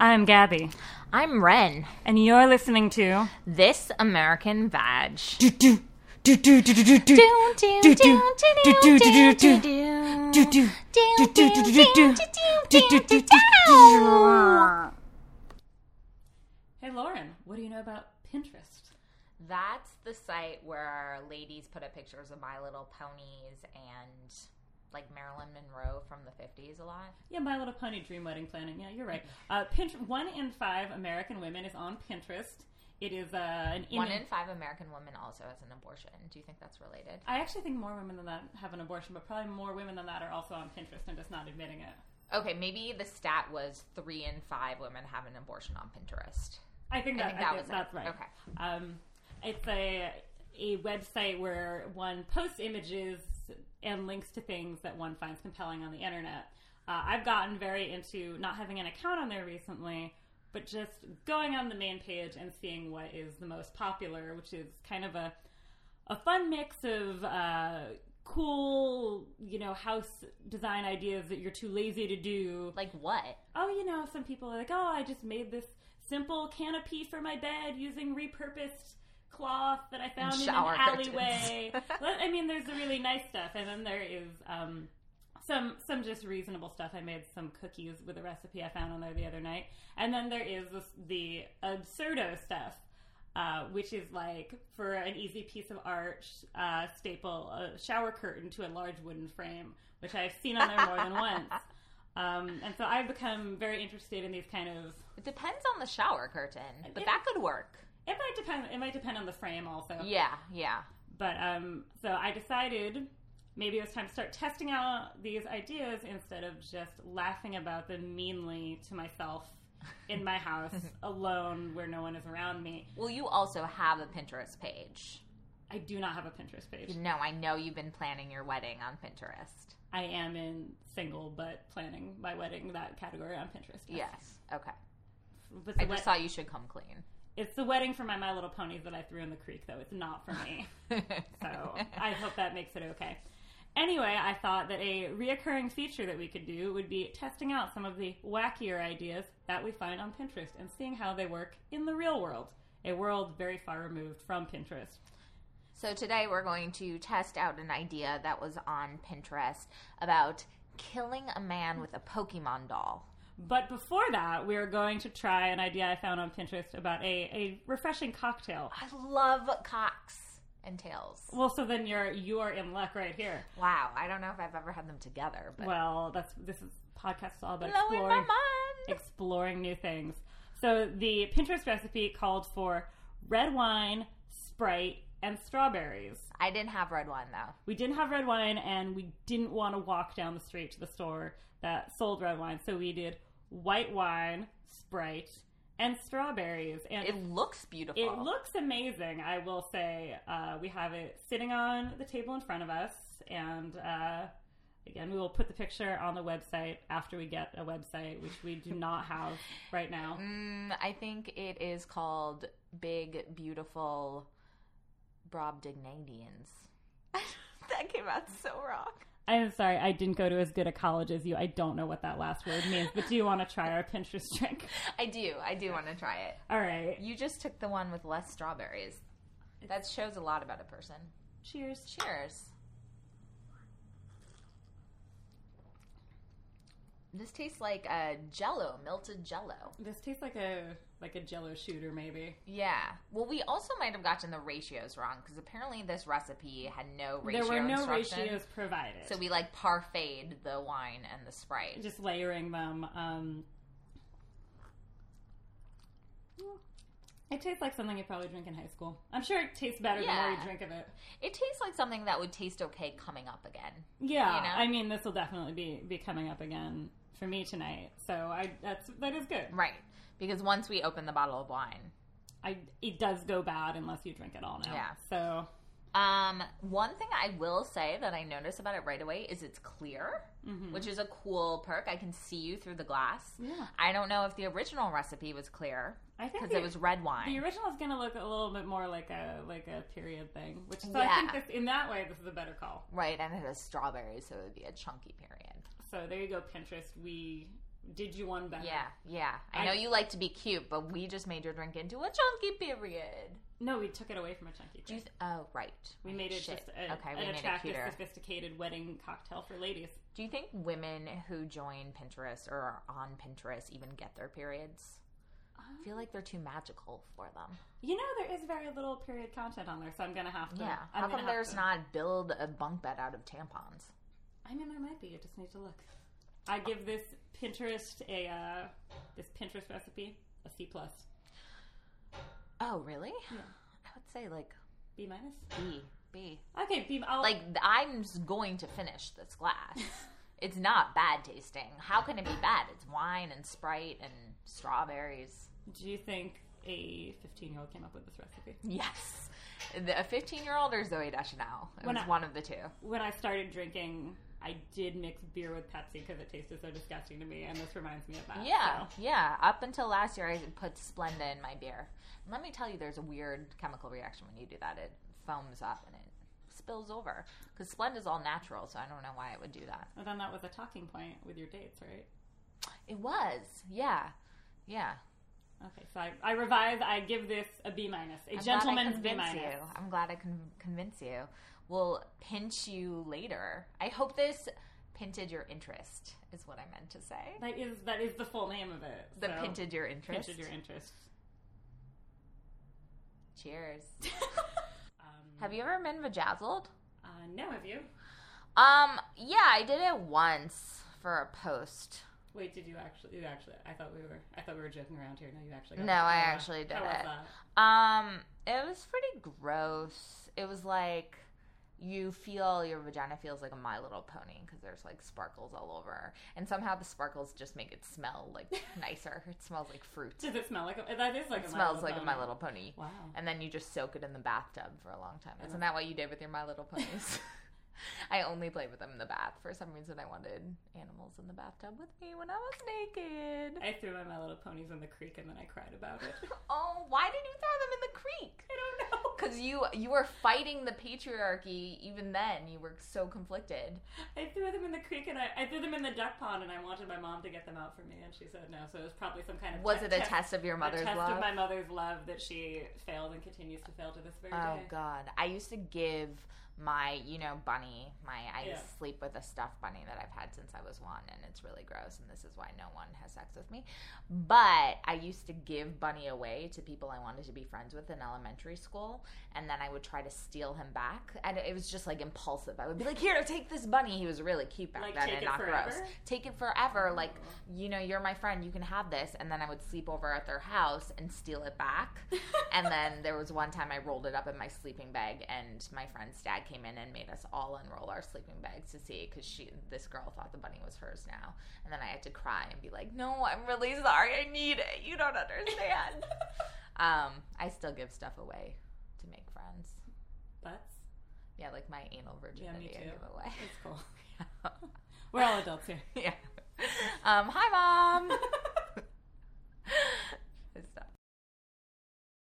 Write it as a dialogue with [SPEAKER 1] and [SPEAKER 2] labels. [SPEAKER 1] I'm Gabby,
[SPEAKER 2] I'm Ren.
[SPEAKER 1] and you're listening to
[SPEAKER 2] This American Vag.
[SPEAKER 1] do do do do do do do
[SPEAKER 2] Do, do, do, do, do, do, do,
[SPEAKER 1] do
[SPEAKER 2] do, do. Do, do, do, do, do, do, do, do, do.
[SPEAKER 1] Hey Lauren, what do you know about Pinterest?
[SPEAKER 2] That's the site where ladies put up pictures of My Little Ponies and like Marilyn Monroe from the 50s a lot.
[SPEAKER 1] Yeah, My Little Pony dream wedding planning. Yeah, you're right. Uh, Pinterest. One in five American women is on Pinterest. It is uh, an
[SPEAKER 2] One
[SPEAKER 1] image-
[SPEAKER 2] in five American women also has an abortion. Do you think that's related?
[SPEAKER 1] I actually think more women than that have an abortion, but probably more women than that are also on Pinterest and just not admitting it.
[SPEAKER 2] Okay, maybe the stat was three in five women have an abortion on Pinterest.
[SPEAKER 1] I think, that,
[SPEAKER 2] think
[SPEAKER 1] I
[SPEAKER 2] that
[SPEAKER 1] think
[SPEAKER 2] was it.
[SPEAKER 1] that's right.
[SPEAKER 2] Okay.
[SPEAKER 1] Um, it's a a website where one posts images and links to things that one finds compelling on the internet. Uh, I've gotten very into not having an account on there recently, but just going on the main page and seeing what is the most popular, which is kind of a a fun mix of uh, cool, you know, house design ideas that you're too lazy to do
[SPEAKER 2] Like what?
[SPEAKER 1] oh, you know, some people are like, oh, I just made this simple canopy for my bed using repurposed cloth that I found in an
[SPEAKER 2] shower curtains.
[SPEAKER 1] alleyway. Let- I mean, there's the really nice stuff, and then there is um, some some just reasonable stuff. I made some cookies with a recipe I found on there the other night, and then there is this, the absurdo stuff. Uh, which is like for an easy piece of art, uh, staple a shower curtain to a large wooden frame, which I've seen on there more than once. Um, and so I've become very interested in these kind of.
[SPEAKER 2] It depends on the shower curtain, but
[SPEAKER 1] Yeah.
[SPEAKER 2] that could work.
[SPEAKER 1] It might depend. It might depend on the frame also.
[SPEAKER 2] Yeah, yeah.
[SPEAKER 1] But um, so I decided maybe it was time to start testing out these ideas instead of just laughing about them meanly to myself in my house alone where no one is around me.
[SPEAKER 2] Well, you also have a Pinterest page.
[SPEAKER 1] I do not have a Pinterest page.
[SPEAKER 2] No, I know you've been planning your wedding on Pinterest.
[SPEAKER 1] I am in single but planning my wedding that category on Pinterest.
[SPEAKER 2] Yes. Okay.
[SPEAKER 1] But
[SPEAKER 2] I
[SPEAKER 1] the
[SPEAKER 2] just
[SPEAKER 1] wed-
[SPEAKER 2] thought you should come clean.
[SPEAKER 1] it's the wedding for my My Little Ponies that I threw in the creek though. It's not for me. So I hope that makes it okay. Anyway, I thought that a reoccurring feature that we could do would be testing out some of the wackier ideas that we find on Pinterest and seeing how they work in the real world, a world very far removed from Pinterest.
[SPEAKER 2] so today we're going to test out an idea that was on Pinterest about killing a man with a Pokemon doll.
[SPEAKER 1] But before that, we are going to try an idea I found on Pinterest about a, a refreshing cocktail.
[SPEAKER 2] I love cocks and tails.
[SPEAKER 1] Well, so then you're you are in luck right here.
[SPEAKER 2] Wow, I don't know if I've ever had them together, but
[SPEAKER 1] Well, that's this is podcast is all about
[SPEAKER 2] blowing my
[SPEAKER 1] exploring.
[SPEAKER 2] mind.
[SPEAKER 1] exploring new things. So the Pinterest recipe called for red wine, Sprite, and strawberries.
[SPEAKER 2] I didn't have red wine though.
[SPEAKER 1] We didn't have red wine and we didn't want to walk down the street to the store that sold red wine. So we did white wine, Sprite, and strawberries. And
[SPEAKER 2] It looks beautiful.
[SPEAKER 1] it looks amazing, I will say. Uh, we have it sitting on the table in front of us, and uh, again, we will put the picture on the website after we get a website, which we do not have right now.
[SPEAKER 2] Mm, I think it is called Big Beautiful Brobdignadians. that came out so wrong.
[SPEAKER 1] I am sorry, I didn't go to as good a college as you. I don't know what that last word means, but do you want to try our Pinterest trick?
[SPEAKER 2] I do. I do want to try it.
[SPEAKER 1] All right,
[SPEAKER 2] You just took the one with less strawberries. That shows a lot about a person.
[SPEAKER 1] cheers.
[SPEAKER 2] Cheers. This tastes like a jello, melted jello.
[SPEAKER 1] This tastes like a like a Jello shooter, maybe.
[SPEAKER 2] Yeah. Well, we also might have gotten the ratios wrong because apparently this recipe had no ratio
[SPEAKER 1] There were no
[SPEAKER 2] instructions.
[SPEAKER 1] ratios provided.
[SPEAKER 2] So we like parfaited the wine and the sprite.
[SPEAKER 1] just layering them. Um, it tastes like something you probably drink in high school. I'm sure it tastes better the more
[SPEAKER 2] Yeah.
[SPEAKER 1] you drink of it.
[SPEAKER 2] It tastes like something that would taste okay coming up again.
[SPEAKER 1] Yeah,
[SPEAKER 2] You know?
[SPEAKER 1] I mean, this will definitely be be coming up again for me tonight. So I that's that is good.
[SPEAKER 2] Right. Because once we open the bottle of wine,
[SPEAKER 1] I it does go bad unless you drink it all now.
[SPEAKER 2] Yeah.
[SPEAKER 1] So
[SPEAKER 2] um, one thing I will say that I notice about it right away is it's clear, which is a cool perk. I can see you through the glass.
[SPEAKER 1] Mm-hmm. Yeah.
[SPEAKER 2] I don't know if the original recipe was clear
[SPEAKER 1] I think
[SPEAKER 2] because
[SPEAKER 1] the,
[SPEAKER 2] it was red wine.
[SPEAKER 1] the original is going to look a little bit more like a like a period thing, which so I
[SPEAKER 2] Yeah.
[SPEAKER 1] think this, in that way this is a better call.
[SPEAKER 2] right, and it has strawberries, so it would be a chunky period.
[SPEAKER 1] So there you go, Pinterest. We did you one better.
[SPEAKER 2] Yeah, yeah. I,
[SPEAKER 1] I-
[SPEAKER 2] know you like to be cute, but we just made your drink into a chunky period.
[SPEAKER 1] No, we took it away from a chunky.
[SPEAKER 2] Do you
[SPEAKER 1] drink.
[SPEAKER 2] th- oh, right.
[SPEAKER 1] we made it
[SPEAKER 2] Shit.
[SPEAKER 1] just a,
[SPEAKER 2] okay, we
[SPEAKER 1] an
[SPEAKER 2] made
[SPEAKER 1] attractive,
[SPEAKER 2] it cuter.
[SPEAKER 1] sophisticated wedding cocktail for ladies.
[SPEAKER 2] Do you think women who join Pinterest or are on Pinterest even get their periods? I feel like they're too magical for them.
[SPEAKER 1] You know, there is very little period content on there, so I'm gonna have to.
[SPEAKER 2] Yeah.
[SPEAKER 1] I'm
[SPEAKER 2] How
[SPEAKER 1] gonna
[SPEAKER 2] come
[SPEAKER 1] have
[SPEAKER 2] there's
[SPEAKER 1] to-
[SPEAKER 2] not build a bunk bed out of tampons?
[SPEAKER 1] I mean, there might be. You just need to look. I give this Pinterest a uh, this Pinterest recipe a C plus,
[SPEAKER 2] Oh, really?
[SPEAKER 1] Yeah.
[SPEAKER 2] I would say like
[SPEAKER 1] B minus.
[SPEAKER 2] B. B.
[SPEAKER 1] Okay, B. I'll,
[SPEAKER 2] Like I'm s- going to finish this glass. it's not bad tasting. How can it be bad? It's wine and Sprite and strawberries.
[SPEAKER 1] do you think a 15 year old came up with this recipe?
[SPEAKER 2] Yes. The, a 15 year old or Zoe Deschanel. It
[SPEAKER 1] When
[SPEAKER 2] was
[SPEAKER 1] I-
[SPEAKER 2] one of the two.
[SPEAKER 1] When I started drinking, I did mix beer with Pepsi because it tasted so disgusting to me, and this reminds me of that.
[SPEAKER 2] Yeah,
[SPEAKER 1] so.
[SPEAKER 2] yeah. Up until last year, I put Splenda in my beer. Let me tell you, there's a weird chemical reaction when you do that. It foams up and it spills over. Because Splenda's all natural, so I don't know why it would do that.
[SPEAKER 1] And then that was a talking point with your dates, right?
[SPEAKER 2] It was, yeah, yeah.
[SPEAKER 1] Okay, so I, I revise. I give this a B minus, a
[SPEAKER 2] I'm glad I
[SPEAKER 1] gentleman's B
[SPEAKER 2] convinced
[SPEAKER 1] minus.
[SPEAKER 2] You. I'm glad I can convince you. We'll pinch you later. I hope this pinted your interest, is what I meant to say.
[SPEAKER 1] That is that is the full name of it.
[SPEAKER 2] The
[SPEAKER 1] so,
[SPEAKER 2] pinted your interest.
[SPEAKER 1] pinted your interest.
[SPEAKER 2] Cheers.
[SPEAKER 1] Um,
[SPEAKER 2] Have you ever been vajazzled?
[SPEAKER 1] uh, no, have you?
[SPEAKER 2] Um, yeah, I did it once for a post.
[SPEAKER 1] Wait, did you actually? You actually? I thought we were. I thought we were joking around here. No, you actually. got
[SPEAKER 2] No,
[SPEAKER 1] it.
[SPEAKER 2] I
[SPEAKER 1] How, uh,
[SPEAKER 2] actually did
[SPEAKER 1] how was
[SPEAKER 2] it.
[SPEAKER 1] that?
[SPEAKER 2] Um, it was pretty gross. It was like you feel your vagina feels like a My Little Pony because there's like sparkles all over, and somehow the sparkles just make it smell like nicer. It smells like fruit.
[SPEAKER 1] Does it smell like a? That is like
[SPEAKER 2] It
[SPEAKER 1] a
[SPEAKER 2] smells
[SPEAKER 1] My Little
[SPEAKER 2] like a My
[SPEAKER 1] Pony.
[SPEAKER 2] Little Pony.
[SPEAKER 1] Wow.
[SPEAKER 2] And then you just soak it in the bathtub for a long time. Isn't that what you did with your My Little Ponies? I only played with them in the bath. For some reason, I wanted animals in the bathtub with me when I was naked.
[SPEAKER 1] I threw my My Little Ponies in the creek and then I cried about it.
[SPEAKER 2] Oh, why did you throw them in the creek?
[SPEAKER 1] I don't know.
[SPEAKER 2] Because you you were fighting the patriarchy. Even then, you were so conflicted.
[SPEAKER 1] I threw them in the creek and I, I threw them in the duck pond and I wanted my mom to get them out for me and she said no. So it was probably some kind of
[SPEAKER 2] Was
[SPEAKER 1] te-
[SPEAKER 2] it a test of your
[SPEAKER 1] a
[SPEAKER 2] mother's
[SPEAKER 1] test
[SPEAKER 2] love?
[SPEAKER 1] of my mother's love that she failed and continues to fail to this very
[SPEAKER 2] Oh
[SPEAKER 1] day.
[SPEAKER 2] God! I used to give my, you know, bunny. My I used
[SPEAKER 1] Yeah.
[SPEAKER 2] to sleep with a stuffed bunny that I've had since I was one, and it's really gross. And this is why no one has sex with me. But I used to give bunny away to people I wanted to be friends with in elementary school, and then I would try to steal him back. And it was just like impulsive. I would be like, "Here, take this bunny." He was really cute back
[SPEAKER 1] Like,
[SPEAKER 2] then
[SPEAKER 1] take
[SPEAKER 2] and
[SPEAKER 1] it
[SPEAKER 2] not gross.
[SPEAKER 1] forever? Oh.
[SPEAKER 2] Take it forever, like you know, you're my friend, you can have this. And then I would sleep over at their house and steal it back. and then there was one time I rolled it up in my sleeping bag, and my friend's dad came in and made us all unroll our sleeping bags to see because she, this girl, thought the bunny was hers now. And then I had to cry and be like, "No, I'm really sorry. I need it. You don't understand." um, I still give stuff away to make friends.
[SPEAKER 1] Butts.
[SPEAKER 2] Yeah, like my anal virginity, I
[SPEAKER 1] too.
[SPEAKER 2] give away.
[SPEAKER 1] It's cool. We're all adults here.
[SPEAKER 2] yeah. Um, hi, mom.